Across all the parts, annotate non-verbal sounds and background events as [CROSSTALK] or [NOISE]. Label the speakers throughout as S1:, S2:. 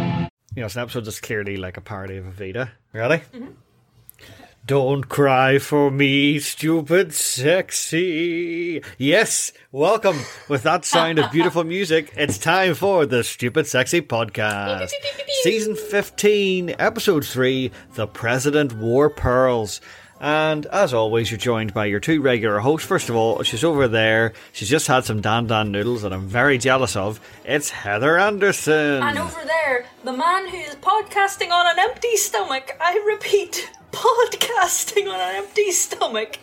S1: know, so an episode that's clearly like a parody of Evita. Really? Mm-hmm. Don't cry for me, stupid sexy. Yes, welcome. With that sound of beautiful music, it's time for the Stupid Sexy Podcast. Season 15, Episode 3 The President Wore Pearls. And as always, you're joined by your two regular hosts. First of all, she's over there. She's just had some Dan Dan noodles that I'm very jealous of. It's Heather Anderson.
S2: And over there, the man who is podcasting on an empty stomach, I repeat, [LAUGHS] podcasting on an empty stomach,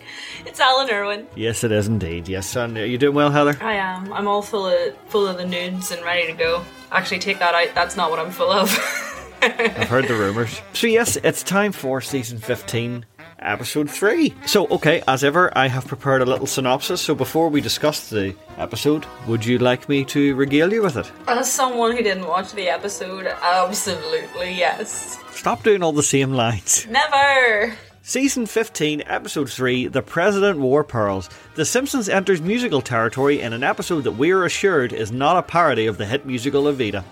S2: it's Alan Irwin.
S1: Yes, it is indeed. Yes, and are you doing well, Heather?
S2: I am. I'm all full of full of the nudes and ready to go. Actually, take that out. That's not what I'm full of. [LAUGHS]
S1: I've heard the rumors. [LAUGHS] So yes, it's time for season 15, episode 3. So okay, as ever, I have prepared a little synopsis. So before we discuss the episode, would you like me to regale you with it?
S2: As someone who didn't watch the episode, absolutely yes.
S1: Stop doing all the same lines.
S2: Never.
S1: Season 15, Episode 3 The President Wore Pearls. The Simpsons enters musical territory in an episode that we are assured is not a parody of the hit musical Evita.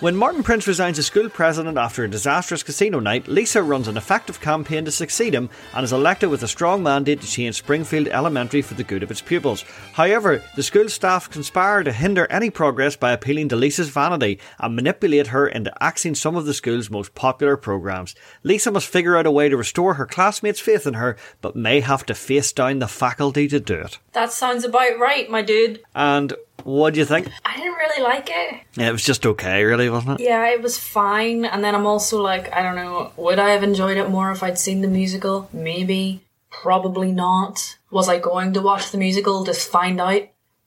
S1: When Martin Prince resigns as school president after a disastrous casino night, Lisa runs an effective campaign to succeed him and is elected with a strong mandate to change Springfield Elementary for the good of its pupils. However, the school staff conspire to hinder any progress by appealing to Lisa's vanity and manipulate her into axing some of the school's most popular programs. Lisa must figure out a way to restore her classmates' faith in her, but may have to face down the faculty to do it.
S2: That sounds about right, my dude.
S1: And what do you think?
S2: I didn't really like it.
S1: It was just okay, really, wasn't it?
S2: Yeah, it was fine. And then I'm also like, I don't know, would I have enjoyed it more if I'd seen the musical? Maybe. Probably not. Was I going to watch the musical to find out?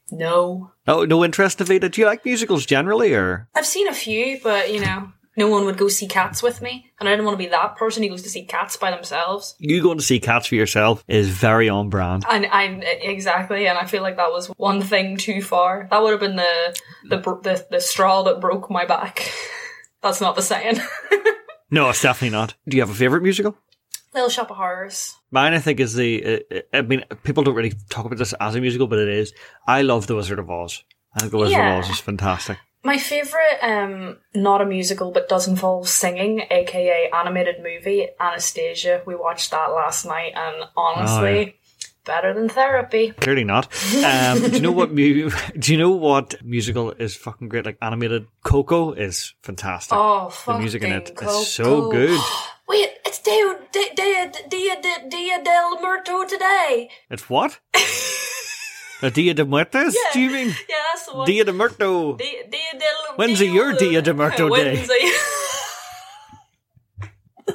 S2: No.
S1: No, Oh, no interest, Navita. Do you like musicals generally, or
S2: I've seen a few, but you know, no one would go see cats with me. And I didn't want to be that person who goes to see cats by themselves.
S1: you going to see Cats for yourself is very on brand.
S2: And I exactly, and I feel like that was one thing too far. That would have been the the br- the, the straw that broke my back. [LAUGHS] That's not the saying. [LAUGHS]
S1: No, it's definitely not. Do you have a favorite musical?
S2: Little Shop of Horrors.
S1: Mine, I think, is the. Uh, I mean, people don't really talk about this as a musical, but it is. I love The Wizard of Oz. I think The Wizard
S2: Yeah.
S1: of Oz is fantastic.
S2: My favorite, um, not a musical but does involve singing, aka animated movie, Anastasia. We watched that last night, and honestly,
S1: Oh,
S2: better than therapy.
S1: Clearly not. Um, do you know what? Mu- [LAUGHS] do you know what musical is fucking great? Like animated Coco is fantastic.
S2: Oh,
S1: the
S2: fucking
S1: music in it
S2: Coco.
S1: is so good.
S2: Wait, it's Dia Dia Dia Dia, Dia, Dia del Muerto today.
S1: It's
S2: [LAUGHS]
S1: what? A Dia de Muertos? Do you mean
S2: Yeah, that's the one.
S1: Dia de Muerto?
S2: Dia, Dia del.
S1: When's your Dia de Muerto
S2: [LAUGHS]
S1: day?
S2: Wednesday.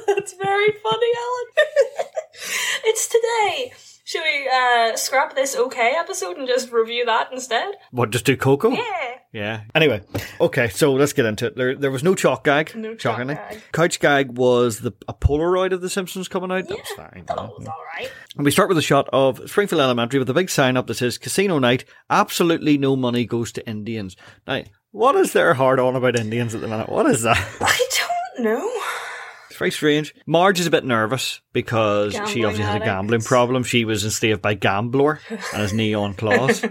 S2: that's very funny, Alan. [LAUGHS] it's today. Should we uh, scrap this okay episode and just review that instead?
S1: What, just do Coco?
S2: Yeah.
S1: Yeah. Anyway, okay, so let's get into it. There, there was no chalk gag.
S2: No chalk
S1: Shockingly.
S2: gag.
S1: Couch gag was the a Polaroid of The Simpsons coming out. That was fine.
S2: That was all right.
S1: And we start with a shot of Springfield Elementary with a big sign up that says Casino Night, absolutely no money goes to Indians. Now, what is their hard on about Indians at the minute? What is that? [LAUGHS]
S2: I don't know.
S1: It's very strange. Marge is a bit nervous because she
S2: Gambling
S1: obviously has a
S2: addict.
S1: gambling problem. She was enslaved by Gambler and his neon
S2: [LAUGHS]
S1: claws.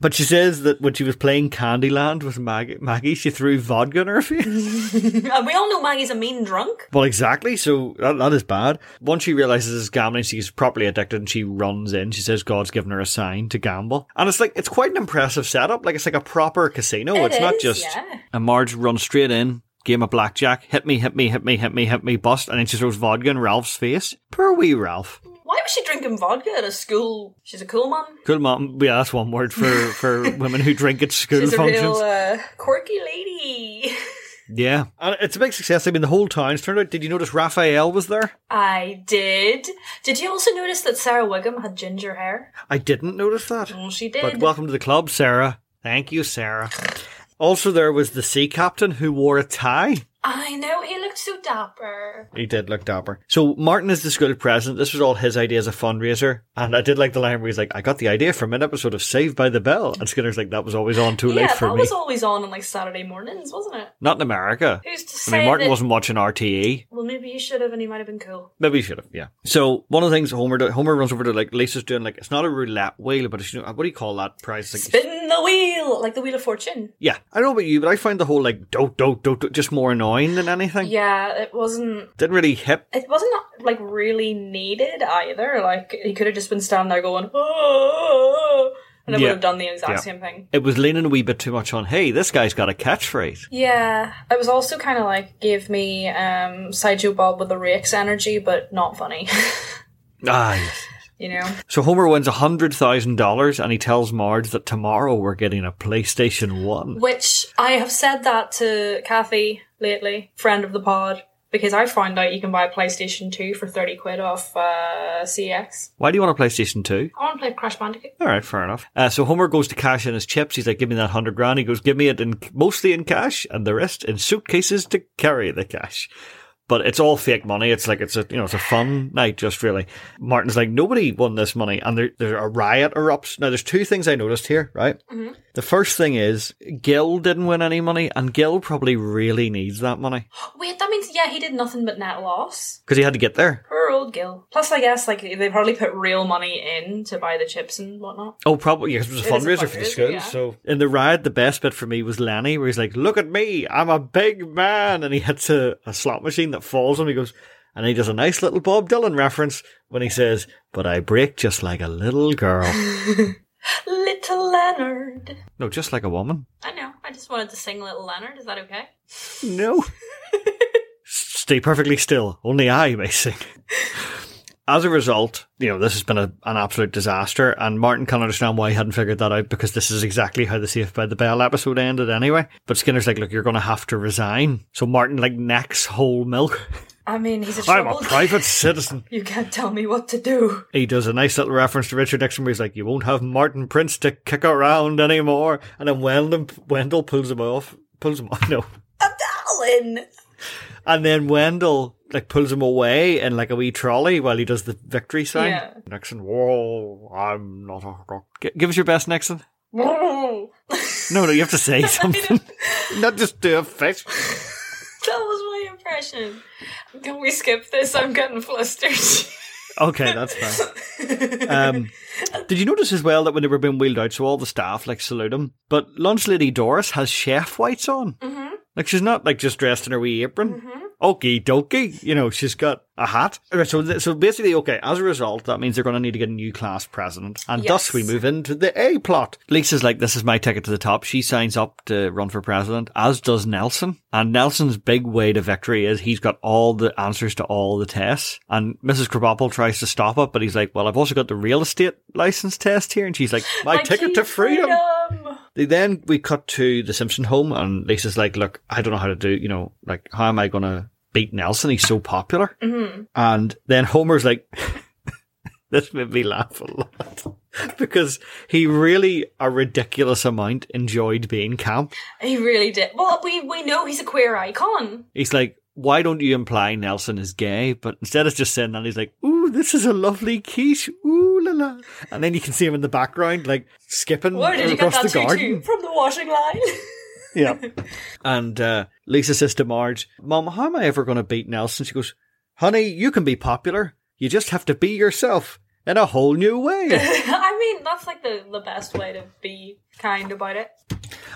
S1: but she says that when she was playing Candyland with Maggie, Maggie she threw vodka in her [LAUGHS] face.
S2: Uh, we all know Maggie's a mean drunk.
S1: well, exactly. So that, that is bad. Once she realizes it's gambling, she's properly addicted and she runs in. She says God's given her a sign to gamble. And it's like, it's quite an impressive setup. Like, it's like a proper casino.
S2: It
S1: it's not
S2: is,
S1: just.
S2: yeah.
S1: And Marge runs straight in, game of blackjack, hit me, hit me, hit me, hit me, hit me, bust, and then she throws vodka in Ralph's face. Poor wee Ralph.
S2: Why was she drinking vodka at a school? She's a cool mum.
S1: Cool mom. Yeah, that's one word for, for
S2: [LAUGHS]
S1: women who drink at school
S2: She's a
S1: functions.
S2: real uh, quirky lady. [LAUGHS]
S1: Yeah. And it's a big success. I mean, the whole town's turned out. Did you notice Raphael was there?
S2: I did. Did you also notice that Sarah Wiggum had ginger hair?
S1: I didn't notice that.
S2: Well, she did.
S1: But welcome to the club, Sarah. Thank you, Sarah. Also, there was the sea captain who wore a tie.
S2: I know he looked so dapper.
S1: He did look dapper. So Martin is the school president. This was all his idea as a fundraiser, and I did like the line where he's like, "I got the idea from an episode of Saved by the Bell," and Skinner's like, "That was always on too
S2: yeah,
S1: late
S2: that
S1: for me."
S2: was always on on like Saturday mornings, wasn't it?
S1: Not in America.
S2: Who's to
S1: I
S2: say
S1: mean, Martin
S2: that?
S1: wasn't watching RTE.
S2: Well, maybe you should have, and he might have been cool.
S1: Maybe he should have. Yeah. So one of the things Homer do- Homer runs over to like Lisa's doing like it's not a roulette wheel, but it's, you know, what do you call that prize? Like,
S2: Spin the wheel like the Wheel of Fortune.
S1: yeah, I don't know about you, but I find the whole like do do do do just more annoying than anything.
S2: yeah, it wasn't
S1: Didn't really hit.
S2: it wasn't like really needed either. Like he could have just been standing there going, oh, and it
S1: Yeah.
S2: would have done the exact
S1: Yeah.
S2: same thing.
S1: It was leaning a wee bit too much on, hey, this guy's got a catchphrase.
S2: Yeah, it was also kind of like gave me um Sideshow Bob with the rakes energy, but not funny. [LAUGHS]
S1: Ah, yes.
S2: you know?
S1: So Homer wins $100,000 and he tells Marge that tomorrow we're getting a PlayStation 1.
S2: Which I have said that to Kathy lately, friend of the pod, because I found out you can buy a PlayStation Two for thirty quid off uh, CX.
S1: Why do you want a PlayStation 2?
S2: I want to play Crash Bandicoot.
S1: All right, fair enough. Uh, so Homer goes to cash in his chips. He's like, give me that 100 grand. He goes, give me it in mostly in cash and the rest in suitcases to carry the cash. But it's all fake money. It's like, it's a, you know, it's a fun night, just really. Martin's like, nobody won this money. And there, there, a riot erupts. Now, there's two things I noticed here, right?
S2: Mhm.
S1: The first thing is Gil didn't win any money and Gil probably really needs that money
S2: Wait, that means yeah, he did nothing but net loss.
S1: because he had to get there.
S2: Poor old Gil. Plus, I guess like they probably put real money in to buy the chips and whatnot.
S1: Oh, probably. Yeah, 'cause it
S2: It
S1: was
S2: is
S1: a
S2: a
S1: fundraiser for the
S2: fundraiser,
S1: school.
S2: yeah.
S1: So in the ride, the best bit for me was Lanny, where he's like, "Look at me, I'm a big man," and he hits a, a slot machine that falls him. He goes, and he does a nice little Bob Dylan reference when he says, "But I break just like a little girl, [LAUGHS]
S2: Little Leonard.
S1: no, just like a woman."
S2: I know. I just wanted to sing Little Leonard. Is that okay?
S1: No. Stay perfectly still. Only I may sing. As a result, you know, this has been a, an absolute disaster, and Martin can understand why he hadn't figured that out because this is exactly how the Safe by the Bell episode ended anyway. But Skinner's like, look, you're going to have to resign. So Martin, like, necks whole milk.
S2: I mean, he's a
S1: I'm a
S2: troubled-
S1: private citizen.
S2: [LAUGHS] You can't tell me what to do.
S1: He does a nice little reference to Richard Nixon where he's like, you won't have Martin Prince to kick around anymore. And then Wendell, Wendell pulls him off. Pulls him off. [LAUGHS] No.
S2: Alan.
S1: And then Wendell like pulls him away in like a wee trolley while he does the victory sign.
S2: Yeah.
S1: Nixon, whoa, I'm not a rock. G- give us your best, Nixon.
S2: that
S1: No, no, you have to say something, not just do a face.
S2: was my impression. Can we skip this? I'm
S1: [LAUGHS]
S2: getting flustered.
S1: Okay, that's fine. Um, did you notice as well that when they were being wheeled out, so all the staff like salute him, but lunch lady Doris has chef whites on.
S2: Mhm.
S1: Like she's not like just dressed in her wee apron. Okie dokie, you know she's got a hat. Right, so th- so basically, okay. As a result, that means they're going to need to get a new class president, and thus
S2: Yes.
S1: we move into the A plot. Lisa's like, "This is my ticket to the top." She signs up to run for president, as does Nelson. And Nelson's big way to victory is he's got all the answers to all the tests. And Mrs. Krabappel tries to stop it, but he's like, "Well, I've also got the real estate license test here," and she's like, "My, ticket
S2: key
S1: to freedom.
S2: freedom.
S1: They then we cut to the Simpson home, and Lisa's like, "Look, I don't know how to do. You know, like, how am I gonna beat Nelson? He's so popular."
S2: Mhm.
S1: And then Homer's like, [LAUGHS] "This made me laugh a lot [LAUGHS] because he really a ridiculous amount enjoyed being camp.
S2: He really did. Well, we we know he's a queer icon.
S1: He's like." Why don't you imply Nelson is gay? But instead of just saying that, he's like, "Ooh, this is a lovely quiche, ooh la la," and then you can see him in the background, like skipping
S2: Where did you get
S1: across
S2: that
S1: the garden.
S2: tutu from the washing line?
S1: Yeah. [LAUGHS] and uh, Lisa says to Marge, Mom, how am I ever going to beat Nelson? She goes, Honey, you can be popular. You just have to be yourself in a whole new
S2: [LAUGHS]
S1: way.
S2: [LAUGHS] I mean, that's like the, the best way to be kind about it.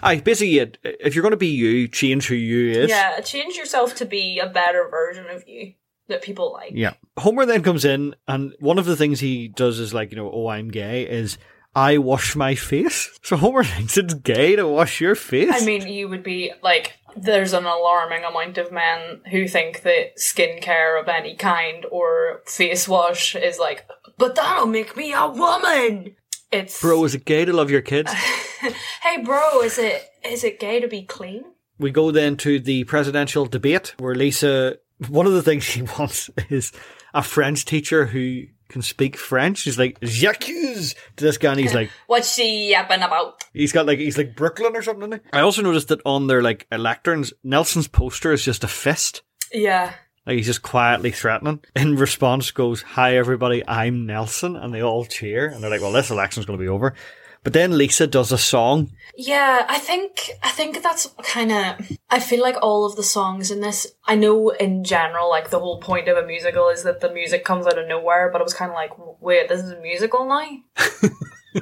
S1: I basically, it- if you're going to be you, change who you is.
S2: Yeah, change yourself to be a better version of you that people like.
S1: Yeah. Homer then comes in, and one of the things he does is like, you know, oh, I'm gay, is I wash my face. So Homer thinks it's gay to wash your face.
S2: I mean, you would be like, there's an alarming amount of men who think that skincare of any kind or face wash is like, but that'll make me a woman. It's
S1: Bro, is it gay to love your kids?
S2: [LAUGHS] hey, bro, is it is it gay to be clean?
S1: We go then to the presidential debate where Lisa, one of the things [LAUGHS] she wants is a French teacher who can speak French. She's like, j'accuse to this guy and [LAUGHS] he's like,
S2: What's she yapping about?
S1: he's got like, he's like Brooklyn or something. isn't he? I also noticed that on their like lecterns, Nelson's poster is just a fist.
S2: Yeah.
S1: Like he's just quietly threatening. In response goes, hi everybody, I'm Nelson. And they all cheer and they're like, well, this election's going to be over. But then Lisa does a song.
S2: Yeah, I think I think that's kind of. I feel like all of the songs in this. I know in general, like the whole point of a musical is that the music comes out
S1: [LAUGHS]
S2: of nowhere. But it was kind of like, wait, this is a musical now.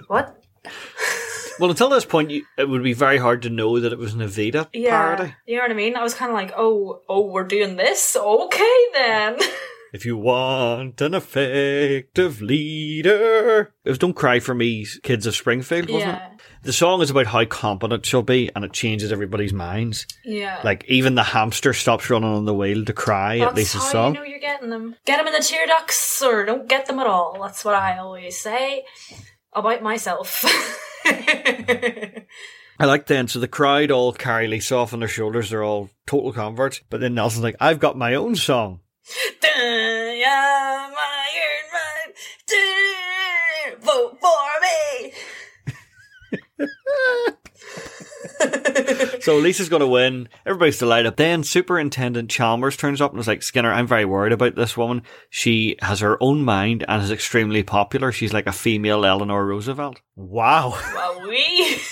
S2: what?
S1: Well, until this point, you, it would be very hard to know that it was an Evita
S2: Yeah,
S1: parody.
S2: you know what I mean. I was kind of like, oh, oh, we're doing this. Okay then.
S1: If you want an effective leader. It was Don't Cry for Me, Kids of Springfield, wasn't
S2: yeah,
S1: it? The song is about how competent she'll be and it changes everybody's minds.
S2: yeah.
S1: Like, even the hamster stops running on the wheel to cry
S2: That's
S1: at Lisa's
S2: how
S1: song.
S2: you know you're getting them. Get them in the tear ducts, or don't get them at all. That's what I always say about myself. [LAUGHS]
S1: I like then, so the crowd all carry Lisa off on their shoulders. They're all total converts. But then Nelson's like, I've got my own song.
S2: Damn, Iron Man, damn, vote for me.
S1: So Lisa's going to win. Everybody's delighted. Then Superintendent Chalmers turns up and is like, Skinner, I'm very worried about this woman. She has her own mind and is extremely popular. She's like a female Eleanor Roosevelt. Wow.
S2: well, we.
S1: [LAUGHS]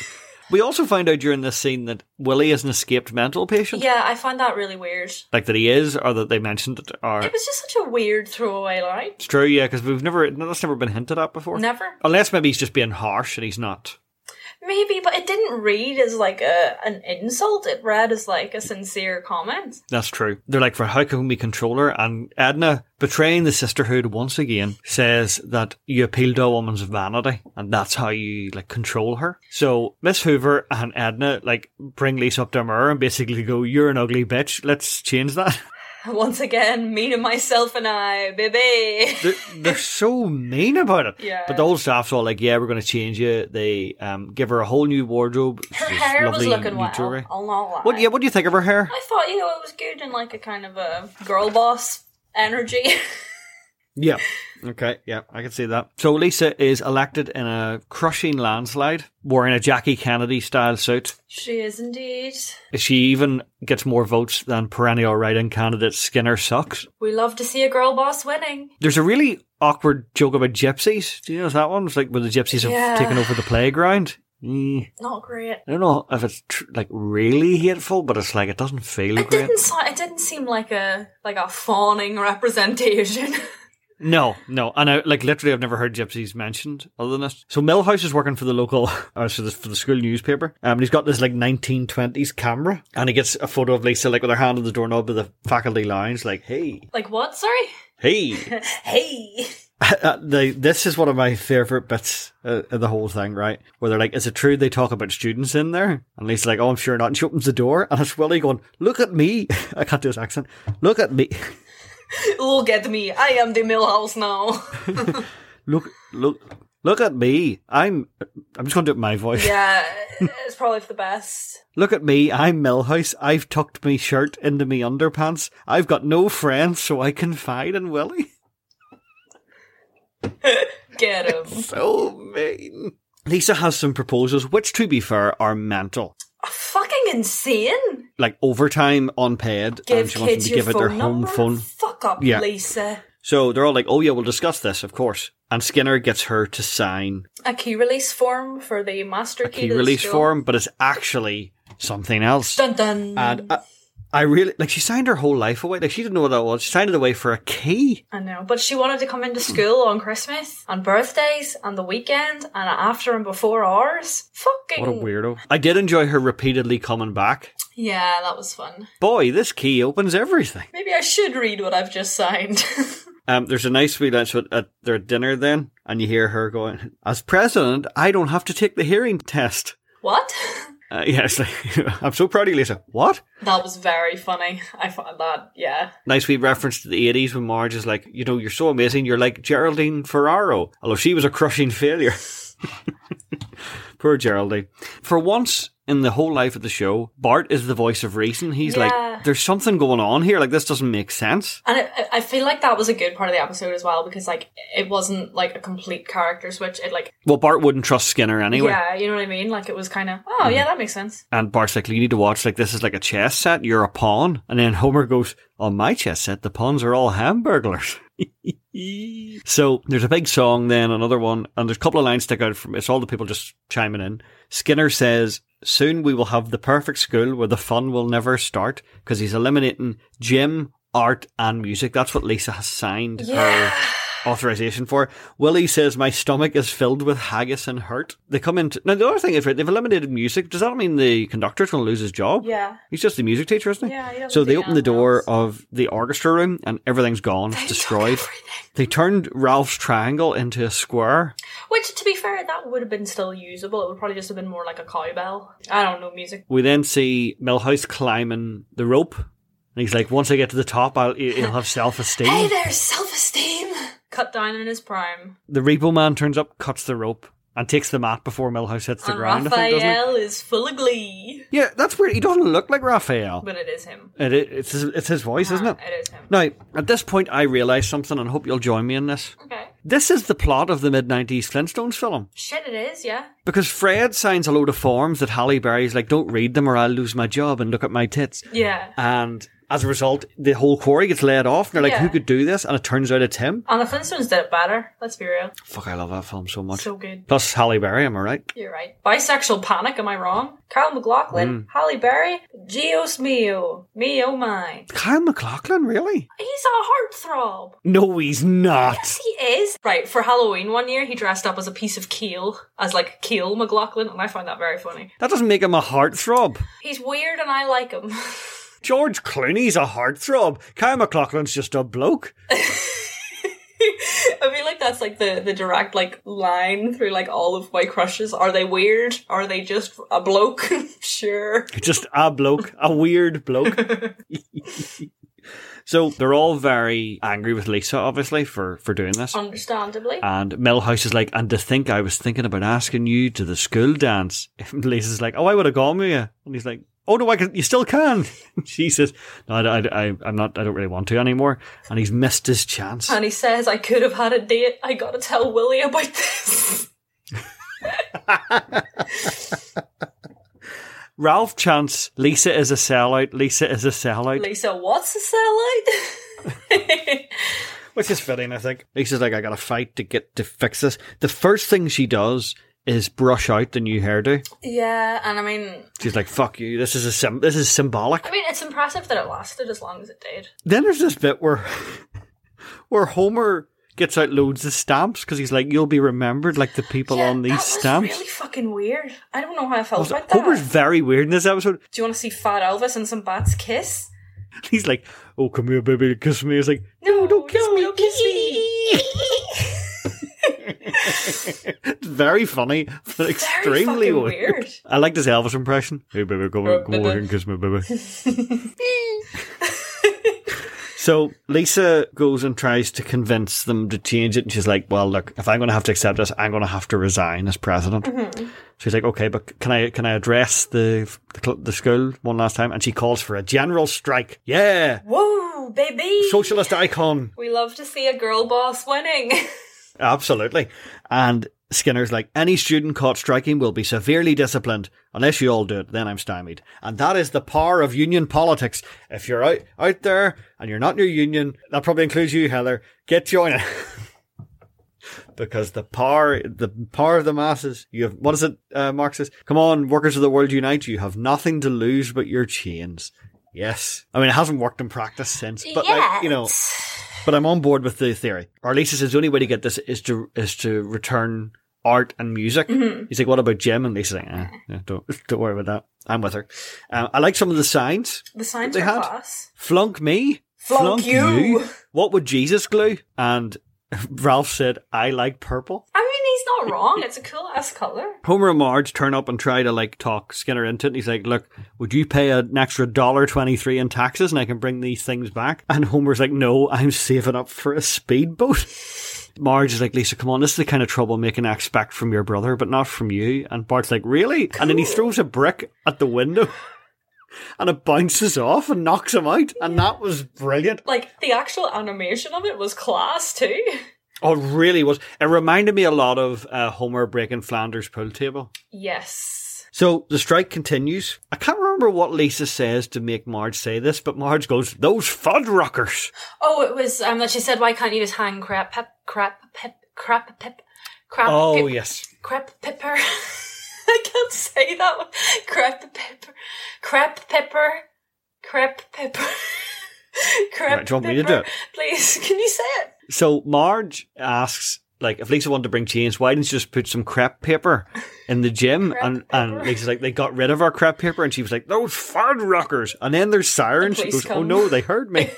S1: We also find out during this scene that Willie is an escaped mental patient.
S2: Yeah, I find that really weird.
S1: Like that he is, or that they mentioned it, or
S2: It was just such a weird throwaway line.
S1: it's true, yeah, because we've never that's never been hinted at before.
S2: Never.
S1: Unless maybe he's just being harsh and he's not.
S2: Maybe, but it didn't read as like a an insult. It read as like a sincere comment.
S1: That's true. They're like, for how can we control her? And Edna, betraying the sisterhood once again, says that you appeal to a woman's vanity, and that's how you like control her. So Miss Hoover and Edna like bring Lisa up to a mirror and basically go, "You're an ugly bitch. Let's change that." [LAUGHS]
S2: Once again, me to myself and I, baby.
S1: they're, they're so mean about it.
S2: Yeah.
S1: But the whole staff's all like, "Yeah, we're going to change you." They um give her a whole new wardrobe.
S2: Her
S1: She's
S2: hair was
S1: lovely
S2: looking
S1: new
S2: well.
S1: jewelry.
S2: I'll not lie.
S1: What? Yeah. What do you think of her hair?
S2: I thought you know it was good in like a kind of a girl boss energy. [LAUGHS]
S1: Yeah. Okay. Yeah, I can see that. So Lisa is elected in a crushing landslide, wearing a Jackie Kennedy style suit.
S2: she is indeed.
S1: She even gets more votes than perennial writing candidate Skinner sucks.
S2: We love to see a girl boss winning.
S1: There's a really awkward joke about gypsies. Do you know that one? It's like where the gypsies
S2: Yeah.
S1: have taken over the playground. Mm,
S2: Not great.
S1: I don't know if it's tr- like really hateful, but it's like it doesn't feel
S2: It
S1: great.
S2: didn't. So- it didn't seem like a like a fawning representation. [LAUGHS]
S1: No, no, and I like literally, I've never heard gypsies mentioned other than this. So Millhouse is working for the local, [LAUGHS] or for the, for the school newspaper. Um, and he's got this like 1920s camera, and he gets a photo of Lisa like with her hand on the doorknob of the faculty lounge, like, "Hey,
S2: like what? Sorry.
S1: hey." [LAUGHS]
S2: Hey.
S1: Uh, the, this is one of my favorite bits uh, of the whole thing, right? Where they're like, "Is it true they talk about students in there?" And Lisa's like, "Oh, I'm sure not." And she opens the door, and it's Willie going, "Look at me!" [LAUGHS] I can't do his accent. Look at me. [LAUGHS]
S2: Look at me. I am the Millhouse now. [LAUGHS]
S1: Look, look, look at me. I'm. I'm just going to do it in my voice.
S2: yeah, it's probably for the best.
S1: Look at me, I'm Millhouse. I've tucked me shirt into me underpants. I've got no friends, so I confide in Willie. [LAUGHS]
S2: Get him.
S1: So mean. Lisa has some proposals, which, to be fair, are mental.
S2: Fucking insane.
S1: Like overtime, unpaid, and
S2: give
S1: Um, she wants them
S2: kids
S1: to
S2: your
S1: give out
S2: phone
S1: their home
S2: number.
S1: phone.
S2: Fuck up,
S1: Yeah.
S2: Lisa.
S1: So they're all like, oh yeah, we'll discuss this, of course. And Skinner gets her to sign
S2: A key release form for the master key.
S1: key
S2: to the
S1: release
S2: school.
S1: form, but it's actually something else.
S2: Dun dun.
S1: And uh, I, I really, like, she signed her whole life away. Like, she didn't know what that was. She signed it away for a key.
S2: I know, but she wanted to come into school on Christmas, on birthdays, on the weekend, and after and before hours. Fucking.
S1: What a weirdo. I did enjoy her repeatedly coming back.
S2: Yeah, that was fun.
S1: Boy, this key opens everything.
S2: Maybe I should read what I've just signed. [LAUGHS]
S1: Um, there's a nice wee line so at their dinner then, and you hear her going, As president, I don't have to take the hearing test.
S2: what?
S1: Uh, [LAUGHS] yeah, it's like, I'm so proud of you, Lisa. What?
S2: That was very funny. I found that, yeah.
S1: Nice wee reference to the 80s when Marge is like, You know, you're so amazing. You're like Geraldine Ferraro. Although she was a crushing failure. [LAUGHS] Poor Geraldine. For once in the whole life of the show, Bart is the voice of reason. He's
S2: Yeah.
S1: like, There's something going on here. Like, this doesn't make sense.
S2: And it, I- I feel like that was a good part of the episode as well because, like, it wasn't like a complete character switch. It, like,
S1: Well, Bart wouldn't trust Skinner anyway. Mm.
S2: Yeah, you know what I mean? Like it was kind of, oh, yeah, that makes sense.
S1: And Bart's like, you need to watch, like, this is like a chess set. You're a pawn. And then Homer goes, on my chess set, the pawns are all hamburglers. [LAUGHS] so there's a big song then, another one, and there's a couple of lines stick out from, it's all the people just chiming in. Skinner says, soon we will have the perfect school where the fun will never start because he's eliminating gym, art, and music. That's what Lisa has signed her authorization for. Willie says, My stomach is filled with haggis and hurt. They come in. now, the other thing is, right, they've eliminated music. Does that mean the conductor's going to lose his job?
S2: Yeah.
S1: He's just the music teacher, isn't he?
S2: Yeah, he doesn't
S1: so they
S2: do
S1: open the door
S2: anything
S1: of the orchestra room and everything's gone. It's destroyed. They turned Ralph's triangle into a square.
S2: Which, to be fair, that would have been still usable. It would probably just have been more like a cowbell. I don't know music.
S1: We then see Milhouse climbing the rope. And he's like, once I get to the top, I'll, he'll have self-esteem.
S2: Hey there, self-esteem. Cut down in his prime.
S1: the repo man turns up, cuts the rope, and takes the mat before Milhouse hits the
S2: and
S1: ground. I think, doesn't
S2: Oh, Raphael is full of
S1: he?
S2: glee.
S1: Yeah, that's weird. He doesn't look like Raphael.
S2: But it is him. Ah,
S1: It, it, it's his, it's his voice, isn't it?
S2: It is him.
S1: Now, at this point, I realise something, and hope you'll join me in this.
S2: Okay.
S1: This is the plot of the mid '90s Flintstones film
S2: Shit, it is, yeah.
S1: because Fred signs a load of forms that Halle Berry's like, "Don't read them, or I'll lose my job and look at my tits."
S2: Yeah.
S1: And as a result, the whole quarry gets laid off, and they're like,
S2: Yeah.
S1: "Who could do this?" And it turns out it's him.
S2: And the Flintstones did it better. Let's be real.
S1: Fuck, I love that film so much.
S2: So good.
S1: Plus Halle Berry, am I right?
S2: You're right. Bisexual panic, am I wrong? Carl
S1: Mm.
S2: McLaughlin, Holly Berry, Geos Mio, me oh my.
S1: Kyle McLaughlin, really?
S2: He's a heartthrob.
S1: No, he's not.
S2: Yes, he is. Right, for Halloween one year, he dressed up as a piece of keel, as like Keel McLaughlin, and I find that very funny.
S1: That doesn't make him a heartthrob.
S2: He's weird and I like him. [LAUGHS]
S1: George Clooney's a heartthrob. Kyle McLaughlin's just a bloke.
S2: I feel like that's like the, the direct like line through like all of my crushes. Are they weird? Are they just a bloke? [LAUGHS]
S1: [LAUGHS]
S2: sure.
S1: Just a bloke. A weird bloke.
S2: [LAUGHS]
S1: so they're all very angry with Lisa, obviously, for, for doing this.
S2: Um, Understandably.
S1: And Millhouse is like, and to think I was thinking about asking you to the school dance. [LAUGHS] And Lisa's like, oh, I would have gone with you. And he's like, oh no, I can, you still can. [LAUGHS] she says, no, I, I, I, I'm not, I don't really want to anymore. And he's missed his chance.
S2: and he says, I could have had a date. I gotta tell Willie about this. [LAUGHS]
S1: Ralph Chance, Lisa is a sellout. Lisa is a sellout.
S2: Lisa, what's a satellite?
S1: Which is fitting, I think. Lisa's like, I gotta fight to get to fix this. The first thing she does is brush out the new hairdo.
S2: [LAUGHS] yeah, and I mean,
S1: She's like, fuck you, this is a sim- this is symbolic.
S2: I mean, it's impressive that it lasted as long as it did.
S1: Then there's this bit where [LAUGHS] where Homer gets out loads of stamps because he's like, you'll be remembered like the people
S2: Yeah,
S1: on
S2: that
S1: these
S2: was
S1: stamps.
S2: really fucking weird. I don't know how I felt about that.
S1: Homer's very weird in this episode. [LAUGHS]
S2: Do you want to see Fat Elvis and some bats kiss?
S1: He's like, oh, come here, baby, kiss me. He's like, "Oh,
S2: No,
S1: don't kiss
S2: no,
S1: me.
S2: Oh, don't kiss me.
S1: it's [LAUGHS] very funny, but
S2: Very fucking
S1: extremely weird.
S2: weird.
S1: I like this Elvis impression. Hey, baby, come,
S2: Oh,
S1: on, come over
S2: baby.
S1: here and kiss me,
S2: [LAUGHS]
S1: baby. so Lisa goes and tries to convince them to change it. And she's like, well, look, if I'm going to have to accept this, I'm going to have to resign as president.
S2: Mm-hmm.
S1: She's like, okay, but can I can I address the, the cl- the school one last time? And she calls for a general strike. Yeah,
S2: Whoa, baby!
S1: socialist icon,
S2: we love to see a girl boss winning.
S1: absolutely. And Skinner's like, any student caught striking will be severely disciplined unless you all do it. Then I'm stymied, and that is the power of union politics. If you're out out there and you're not in your union, that probably includes you, Heather. Get joining. [LAUGHS] Because the power, the power of the masses. You have what is it, uh, Marx says? Come on, workers of the world unite! You have nothing to lose but your chains. Yes, I mean it hasn't worked in practice since, [LAUGHS] but like you know, but I'm on board with the theory. Or at least it's the only way to get this is to is to return art and music.
S2: Mm-hmm.
S1: He's like, what about Jim? And Lisa's like, eh, eh, don't [LAUGHS] don't worry about that. I'm with her. Um, I like some of the signs.
S2: the signs
S1: They
S2: are
S1: had-
S2: class.
S1: Flunk me,
S2: Flunk you.
S1: What would Jesus glue? And [LAUGHS] Ralph said, I like purple.
S2: I mean, he's not wrong. It's a cool ass color.
S1: Homer and Marge turn up and try to like talk Skinner into it. And he's like, "Look, would you pay an extra dollar twenty three in taxes, and I can bring these things back?" And Homer's like, "No, I'm saving up for a speedboat." [LAUGHS] Marge is like, "Lisa, come on, this is the kind of troublemaking I expect from your brother, but not from you." And Bart's like, "Really?" And then he throws a brick at the window. [LAUGHS] And it bounces off and knocks him out, and that was brilliant.
S2: Like the actual animation of it was class too.
S1: Oh, it really was. It reminded me a lot of uh, Homer breaking Flanders' pool table.
S2: Yes.
S1: So the strike continues. I can't remember what Lisa says to make Marge say this, but Marge goes, "Those fudrockers."
S2: Oh, it was um that she said, "Why can't you just hang crap, pep, crap, pep, crap, pep, crap,
S1: Oh
S2: pep,
S1: yes,
S2: crap, pepper." [LAUGHS] I can't say that one. Crap, pepper, crap, pepper, crap, pepper, [LAUGHS] crap.
S1: Right, do you want me to do
S2: pepper.
S1: it?
S2: Please, can you say it?
S1: So Marge asks, like, if Lisa wanted to bring change, why didn't she just put some crepe paper in the gym?
S2: Crepe
S1: and and
S2: paper.
S1: Lisa's like, they got rid of our crepe paper, and she was like, those fard rockers. And then there's sirens.
S2: The
S1: she
S2: police
S1: goes, oh
S2: come.
S1: no, they heard
S2: [LAUGHS]
S1: me.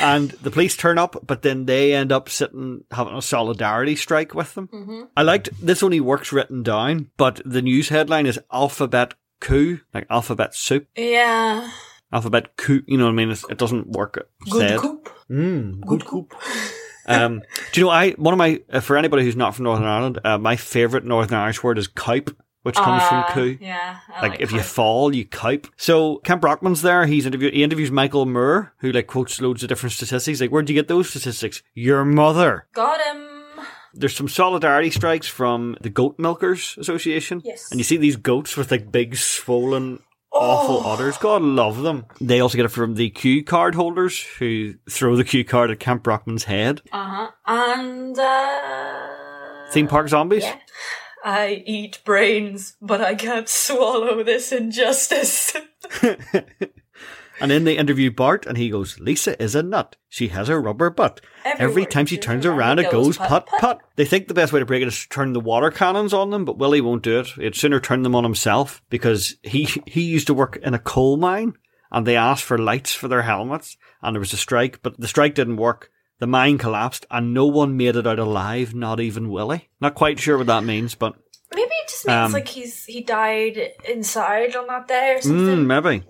S1: and the police turn up, but then they end up sitting having a solidarity strike with them.
S2: hmm
S1: I liked this only works written down, but the news headline is alphabet coup, like alphabet soup,
S2: Yeah.
S1: alphabet coup. You know what I mean? It's, it doesn't work.
S2: Good
S1: said.
S2: coop.
S1: Mm,
S2: Good coop.
S1: um, do you know I one of my uh, for anybody who's not from Northern Ireland, uh, my favourite Northern Irish word is "cope," which comes
S2: Ah,
S1: from "coup."
S2: Yeah. I
S1: Like, if you
S2: coop.
S1: fall, you cope. So Camp Rockman's there. He's interviewed. He interviews Michael Moore, who like quotes loads of different statistics. Like, where'd you get those statistics? Your mother.
S2: Got him.
S1: There's some solidarity strikes from the Goat Milkers Association.
S2: Yes.
S1: And you see these goats with like big swollen awful
S2: Oh.
S1: otters. God love them. They also get it from the cue card holders who throw the cue card at Camp Rockman's head.
S2: Uh-huh. And, uh...
S1: Theme park zombies.
S2: Yeah. I eat brains, but I can't swallow this injustice. [LAUGHS]
S1: And then they interview Bart, and he goes, Lisa is a nut. She has a rubber butt. Every
S2: Everywhere
S1: time she turns around, it goes put, put. They think the best way to break it is to turn the water cannons on them, but Willie won't do it. He'd sooner turn them on himself because he, he used to work in a coal mine, and they asked for lights for their helmets, and there was a strike, but the strike didn't work. The mine collapsed, and no one made it out alive, not even Willie. Not quite sure what that means, but
S2: Maybe it just means
S1: Um,
S2: like he's he died inside on that day or
S1: mm,
S2: something.
S1: maybe.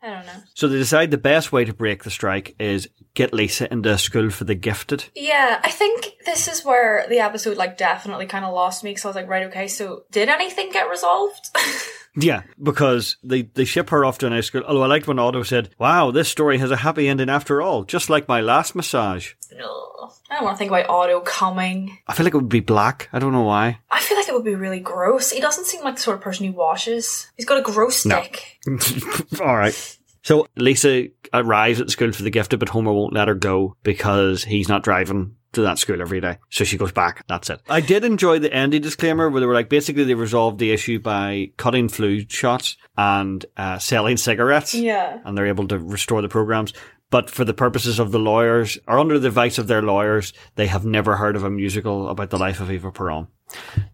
S2: I don't know.
S1: So they decide the best way to break the strike is get Lisa into a school for the gifted.
S2: Yeah, I think this is where the episode like definitely kind of lost me because I was like, right, okay, so did anything get resolved? [LAUGHS]
S1: Yeah, because they, they ship her off to a nice school. Although I liked when Otto said, Wow, this story has a happy ending after all, just like my last massage.
S2: no, I don't want to think about Otto coming.
S1: I feel like it would be black. I don't know why.
S2: I feel like it would be really gross. He doesn't seem like the sort of person who washes. He's got a gross
S1: No.
S2: dick.
S1: [LAUGHS] all right. So Lisa arrives at school for the gifted, but Homer won't let her go because he's not driving to that school every day. So she goes back. That's it. I did enjoy the Andy disclaimer where they were like, basically, they resolved the issue by cutting flu shots and uh, selling cigarettes.
S2: Yeah.
S1: and they're able to restore the programs. But for the purposes of the lawyers, or under the advice of their lawyers, they have never heard of a musical about the life of Eva Peron.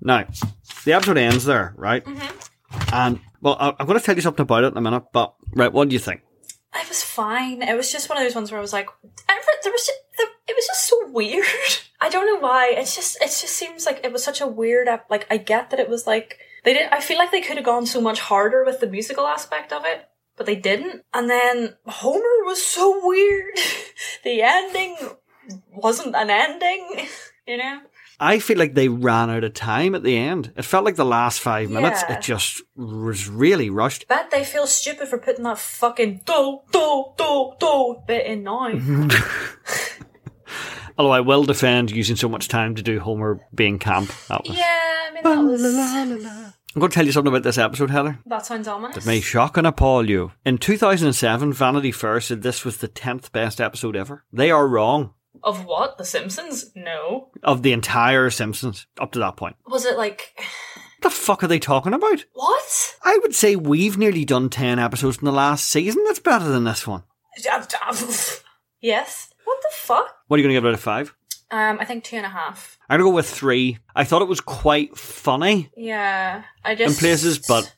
S1: Now, the episode ends there, right?
S2: Mm-hmm.
S1: And well, I- I'm going to tell you something about it in a minute. But right, what do you think?
S2: I was fine. It was just one of those ones where I was like, ever, there was just, the, it was just so weird. [LAUGHS] I don't know why. It's just, it just seems like it was such a weird. ep- Like I get that it was like they didn't. I feel like they could have gone so much harder with the musical aspect of it, but they didn't. And then Homer was so weird. [LAUGHS] the ending wasn't an ending. [LAUGHS] You know,
S1: I feel like they ran out of time at the end. It felt like the last five minutes.
S2: Yeah.
S1: It just was really rushed.
S2: bet they feel stupid for putting that fucking do do do do bit in now.
S1: Although I will defend using so much time to do Homer being camp. That was.
S2: yeah, I mean that was
S1: I'm going to tell you something about this episode, Heather.
S2: that sounds ominous.
S1: It may shock and appall you. In 2007, Vanity Fair said this was the 10th best episode ever. They are wrong.
S2: Of what? The Simpsons? No.
S1: Of the entire Simpsons, up to that point.
S2: Was it like
S1: What the fuck are they talking about?
S2: what?
S1: I would say we've nearly done 10 episodes in the last season. That's better than this one.
S2: yes. What the fuck?
S1: What are you going to give it out of five?
S2: Um, I think two and a half.
S1: I'm going to go with three. I thought it was quite funny
S2: Yeah, I
S1: in
S2: just
S1: places, but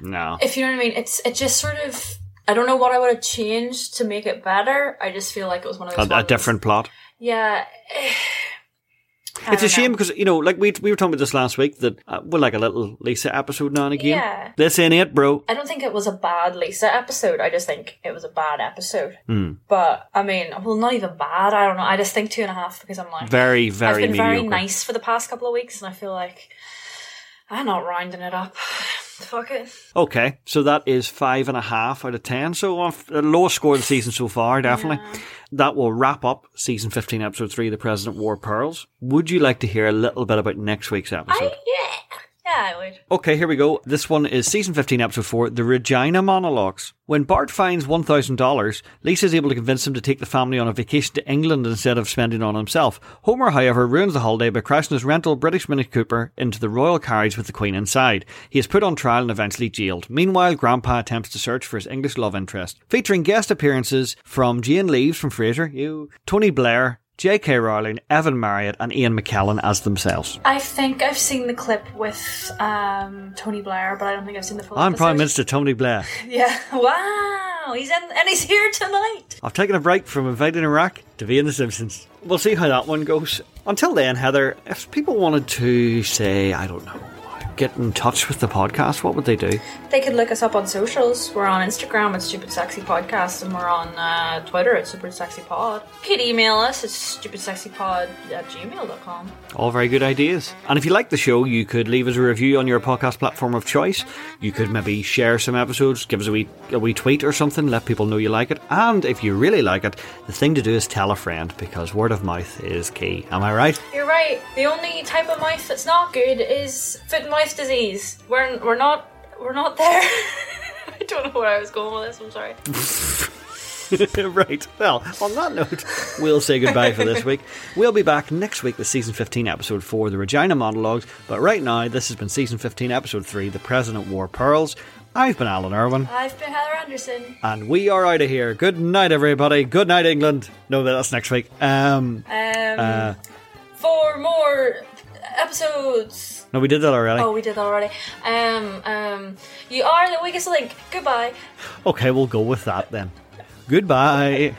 S1: no.
S2: if you know what I mean, it's it just sort of. I don't know what I would have changed to make it better. I just feel like it was one of those
S1: A, a
S2: ones-
S1: different plot. [SIGHS]
S2: Yeah. [SIGHS] I
S1: It's a
S2: don't
S1: shame
S2: know.
S1: because, you know, like we, we were talking about this last week that uh, we're like a little Lisa episode now and again.
S2: Yeah.
S1: This ain't it, bro.
S2: I don't think it was a bad Lisa episode. I just think it was a bad episode.
S1: Hmm.
S2: But I mean, well, not even bad. I don't know. I just think two and a half because I'm like,
S1: Very, very
S2: I've been
S1: mediocre.
S2: very nice for the past couple of weeks, and I feel like I'm not rounding it up. [LAUGHS] Fuck it.
S1: Okay, so that is five and a half out of ten. So off the lowest score of the season so far, definitely. That will wrap up season fifteen, episode three, The President Wore Pearls. Would you like to hear a little bit about next week's episode?
S2: I, yeah, Yeah, I would.
S1: Okay, here we go. This one is season 15, episode 4 The Regina Monologues. When Bart finds $1,000, Lisa is able to convince him to take the family on a vacation to England instead of spending it on himself. Homer, however, ruins the holiday by crashing his rental British Mini Cooper into the royal carriage with the Queen inside. He is put on trial and eventually jailed. Meanwhile, Grandpa attempts to search for his English love interest, featuring guest appearances from Jane Leaves from Fraser, you, Tony Blair, J.K. Rowling, Evan Marriott, and Ian McKellen as themselves.
S2: I think I've seen the clip with um, Tony Blair, but I don't think I've seen the full.
S1: I'm Prime
S2: episode.
S1: Minister Tony Blair.
S2: [LAUGHS] Yeah. Wow. He's in, and he's here tonight.
S1: I've taken a break from invading Iraq to be in The Simpsons. We'll see how that one goes. Until then, Heather, if people wanted to say, I don't know, get in touch with the podcast, what would they do?
S2: They could look us up on socials. We're on Instagram at Stupid Sexy Podcast, and we're on uh, Twitter at Super Sexy Pod. You could email us at stupidsexypod at gmail.com.
S1: All very good ideas. And if you like the show, you could leave us a review on your podcast platform of choice. You could maybe share some episodes, give us a wee, a wee tweet or something, let people know you like it. And if you really like it, the thing to do is tell a friend because word of mouth is key. Am I right?
S2: You're right. The only type of mouth that's not good is foot and mouth disease. We're, we're not we're not there. [LAUGHS] I don't know where I was going with this. I'm sorry.
S1: [LAUGHS] right. Well, on that note, we'll say goodbye for this week. We'll be back next week with season 15, episode 4, the Regina monologues. But right now, this has been season 15, episode 3, the President Wore Pearls. I've been Alan Irwin,
S2: I've been Heather Anderson.
S1: and we are out of here. Good night, everybody. Good night, England. No, that's next week. Um,
S2: Um,
S1: uh,
S2: four more episodes.
S1: no, we did that already.
S2: Oh, we did that already. Um, um, you are the weakest link. Goodbye.
S1: Okay, we'll go with that then. Goodbye.